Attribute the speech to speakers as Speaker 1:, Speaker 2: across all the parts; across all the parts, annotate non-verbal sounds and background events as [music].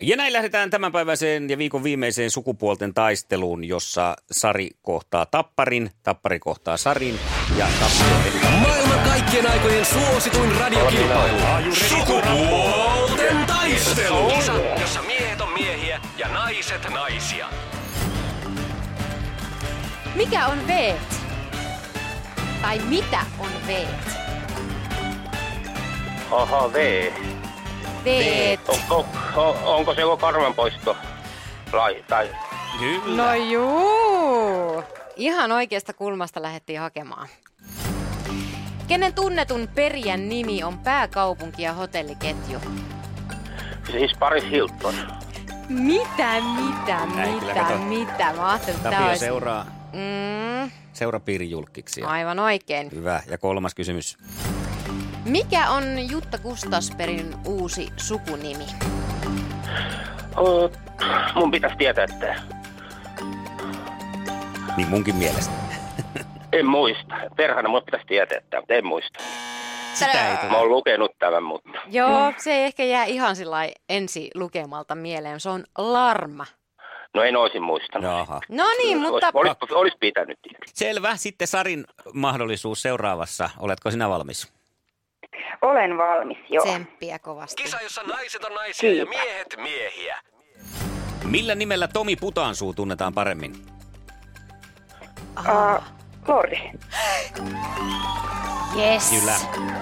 Speaker 1: Ja näin lähdetään tämänpäiväiseen ja viikon viimeiseen sukupuolten taisteluun, jossa Sari kohtaa Tapparin, Tappari kohtaa Sarin ja Tappari
Speaker 2: Maailman kaikkien aikojen suosituin radiokilpailu. Sukupuolten taistelu. Kisa, jossa miehet on miehiä ja naiset naisia.
Speaker 3: Mikä on veet? Tai mitä on veet?
Speaker 4: Aha, V.
Speaker 3: Veet.
Speaker 4: Onko, on- onko se joku karvanpoisto? Lai, tai...
Speaker 1: Kyllä.
Speaker 3: No juu. Ihan oikeasta kulmasta lähdettiin hakemaan. Kenen tunnetun perijän nimi on pääkaupunki ja hotelliketju?
Speaker 4: Siis Paris Hilton.
Speaker 3: Mitä, mitä,
Speaker 1: Näin kyllä,
Speaker 3: mitä,
Speaker 1: kato.
Speaker 3: mitä? Mä ajattelin, että tää
Speaker 1: Tapio
Speaker 3: olisi...
Speaker 1: seuraa
Speaker 3: Mm,
Speaker 1: seurapiirijulkkiksia.
Speaker 3: aivan oikein.
Speaker 1: Hyvä. Ja kolmas kysymys.
Speaker 3: Mikä on Jutta Kustasperin uusi sukunimi?
Speaker 4: Ö, Mun pitäisi tietää, että
Speaker 1: Niin munkin mielestä.
Speaker 4: en muista. Perhana mun pitäisi tietää, että mutta en muista.
Speaker 1: Sitä ei
Speaker 4: Mä
Speaker 1: tule.
Speaker 4: oon lukenut tämän, mutta...
Speaker 3: Joo, se ei ehkä jää ihan sillä lailla ensi lukemalta mieleen. Se on Larma.
Speaker 4: No en oisin muistanut.
Speaker 1: Jaha.
Speaker 3: No niin, mutta...
Speaker 4: Olis, olis, olis pitänyt tietää.
Speaker 1: Selvä. Sitten Sarin mahdollisuus seuraavassa. Oletko sinä valmis?
Speaker 5: Olen valmis, joo.
Speaker 3: Tsemppiä kovasti.
Speaker 2: jossa naiset on naisia ja miehet miehiä.
Speaker 1: Millä nimellä Tomi Putaansuu tunnetaan paremmin?
Speaker 5: Uh, Lordi.
Speaker 3: Yes.
Speaker 1: Kyllä.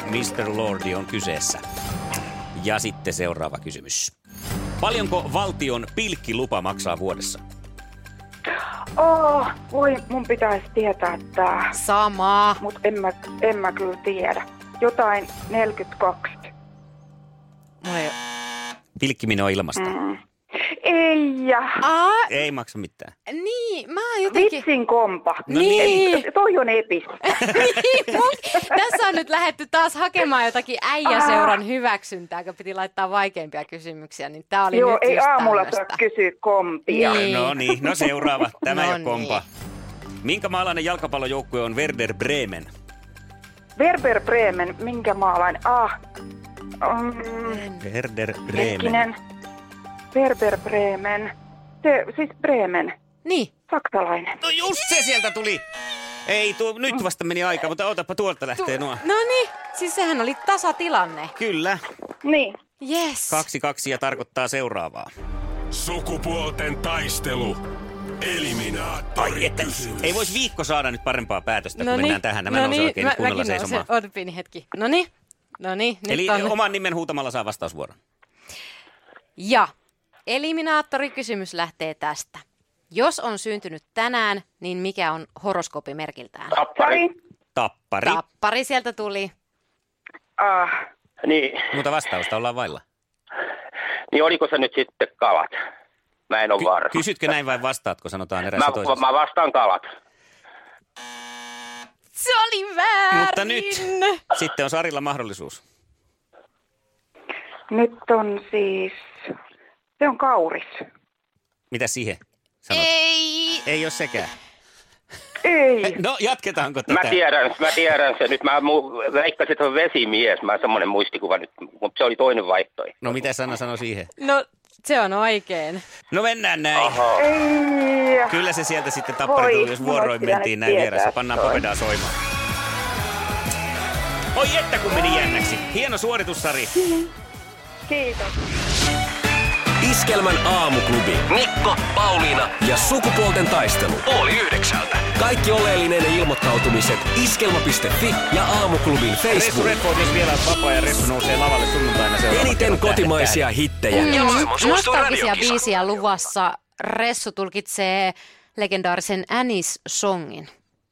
Speaker 1: Mr. Lordi on kyseessä. Ja sitten seuraava kysymys. Paljonko valtion pilkkilupa maksaa vuodessa?
Speaker 5: Oh, voi, mun pitäisi tietää tää,
Speaker 3: Samaa.
Speaker 5: mut en mä, en mä kyllä tiedä. Jotain 42.
Speaker 3: Mulla ei...
Speaker 1: Pilkkiminen on ilmasta.
Speaker 5: Ei, ja
Speaker 3: Aa,
Speaker 1: Ei maksa mitään.
Speaker 3: niin, mä oon jotenkin...
Speaker 5: vitsin kompa.
Speaker 3: No niin.
Speaker 5: Ei, Toi on epi.
Speaker 3: Niin, mut- [laughs] Tässä on nyt lähetty taas hakemaan jotakin
Speaker 5: Ah.
Speaker 3: äijäseuran hyväksyntää, kun piti laittaa vaikeampia kysymyksiä, niin tää oli
Speaker 5: Joo,
Speaker 3: nyt
Speaker 5: ei
Speaker 3: just
Speaker 5: aamulla saa
Speaker 3: tämmöstä.
Speaker 5: kysyä kompia.
Speaker 3: Niin.
Speaker 1: No niin, no seuraava. Tämä
Speaker 3: No
Speaker 1: jo kompa. Minkä maalainen jalkapallojoukkue on Werder Bremen?
Speaker 5: Werber Bremen, minkä maalain? Ah, um,
Speaker 1: Werder Bremen.
Speaker 5: hetkinen. Werber Bremen. Se, siis Bremen,
Speaker 3: Niin.
Speaker 5: saksalainen.
Speaker 1: No just se sieltä tuli! Ei, tuo, nyt vasta meni aika, mutta otapa tuolta lähtee nuo.
Speaker 3: No niin, siis sehän oli tasatilanne.
Speaker 1: Kyllä.
Speaker 5: Niin.
Speaker 3: Yes.
Speaker 1: Kaksi kaksi ja tarkoittaa seuraavaa.
Speaker 2: Sukupuolten taistelu.
Speaker 1: Ai
Speaker 2: Eliminaattori
Speaker 1: että, ei voisi viikko saada nyt parempaa päätöstä, kun
Speaker 3: Noniin,
Speaker 1: mennään tähän. Nämä
Speaker 3: noniin,
Speaker 1: niin, nousee oikein
Speaker 3: niin. No mä-
Speaker 1: nyt kunnolla
Speaker 3: mäkin nousen.
Speaker 1: seisomaan.
Speaker 3: Oota pieni hetki. No niin, no niin, nyt
Speaker 1: Eli
Speaker 3: on.
Speaker 1: oman nimen huutamalla saa vastausvuoron.
Speaker 3: Ja eliminaattorikysymys lähtee tästä. Jos on syntynyt tänään, niin mikä on horoskoopi merkiltään?
Speaker 4: Tappari.
Speaker 5: Sari.
Speaker 1: Tappari.
Speaker 3: Tappari sieltä tuli.
Speaker 5: Ah,
Speaker 4: Niin,
Speaker 1: Muuta vastausta ollaan vailla.
Speaker 4: niin oliko se nyt sitten kalat? Mä en ole varma.
Speaker 1: Kysytkö näin vai vastaatko, sanotaan
Speaker 4: Mä,
Speaker 1: eräässä toisessa.
Speaker 4: mä vastaan kalat.
Speaker 3: Se oli väärin!
Speaker 1: Mutta nyt sitten on Sarilla mahdollisuus.
Speaker 5: nyt on siis... Se on kauris.
Speaker 1: Mitä siihen sanot? Ei,
Speaker 3: Ei!
Speaker 1: ei ole sekään.
Speaker 5: Ei.
Speaker 1: No jatketaanko
Speaker 4: Mä
Speaker 1: tätä?
Speaker 4: tiedän, mä tiedän sen. Nyt mä mu- veikkasin, että se on vesimies. Mä semmoinen muistikuva nyt, mutta se oli toinen vaihtoehto.
Speaker 1: No mitä Sanna sanoi siihen?
Speaker 3: No, se on oikein.
Speaker 1: No mennään näin. Aha.
Speaker 5: Ei.
Speaker 1: Kyllä se sieltä sitten tappari
Speaker 5: Voi,
Speaker 1: tuli, jos
Speaker 5: mulla olisi
Speaker 1: vuoroin
Speaker 5: pitänyt
Speaker 1: mentiin näin
Speaker 5: tietää
Speaker 1: vieressä. Pannaan
Speaker 5: toi.
Speaker 1: papedaa soimaan. Oi että kun meni jännäksi. Hieno suoritus, Sari.
Speaker 5: Kiitos.
Speaker 2: Iskelmän aamuklubi. Mikko, Pauliina ja sukupuolten taistelu. Oli yhdeksältä. Kaikki oleellinen ilmoittautumiset iskelma.fi ja aamuklubin
Speaker 1: Ressu
Speaker 2: Facebook.
Speaker 1: Redford, jos vielä olet vapaa ja Ressu nousee lavalle sunnuntaina seuraava
Speaker 2: Eniten
Speaker 1: kerta.
Speaker 2: kotimaisia hittejä.
Speaker 3: Mm. Nostalgisia biisiä luvassa. Ressu tulkitsee legendaarisen Anis-songin.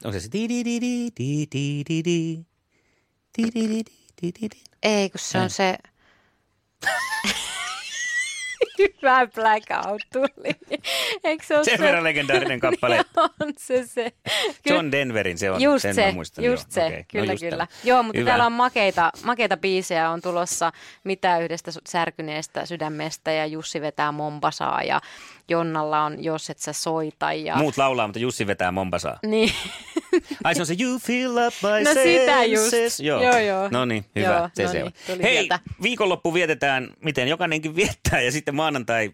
Speaker 1: Onko se se di di di di di di di di di di di di di di Mm.
Speaker 3: Ei, kun se on se... [laughs] Hyvä blackout tuli. Eikö se ole
Speaker 1: Sen
Speaker 3: se?
Speaker 1: verran legendaarinen kappale.
Speaker 3: [laughs] Niin on se se. Kyllä-
Speaker 1: John Denverin se on.
Speaker 3: Just
Speaker 1: sen
Speaker 3: se,
Speaker 1: mä muistan,
Speaker 3: just
Speaker 1: joo.
Speaker 3: se,
Speaker 1: Okei, no
Speaker 3: kyllä,
Speaker 1: just
Speaker 3: kyllä.
Speaker 1: tämä.
Speaker 3: Joo, mutta
Speaker 1: Hyvä.
Speaker 3: täällä on makeita, makeita biisejä on tulossa Mitä yhdestä su- särkyneestä sydämestä ja Jussi vetää Mombasaa ja Jonnalla on Jos et sä soita ja...
Speaker 1: Muut laulaa, mutta Jussi vetää mombasaa.
Speaker 3: Niin, [laughs]
Speaker 1: Ai se on se You feel up my
Speaker 3: No sitä just.
Speaker 1: senses. Joo,
Speaker 3: Joo, joo.
Speaker 1: No niin, hyvä.
Speaker 3: Joo,
Speaker 1: se
Speaker 3: no
Speaker 1: se
Speaker 3: niin,
Speaker 1: on.
Speaker 3: tuli
Speaker 1: Hei,
Speaker 3: sieltä.
Speaker 1: viikonloppu vietetään, miten jokainenkin viettää ja sitten maanantai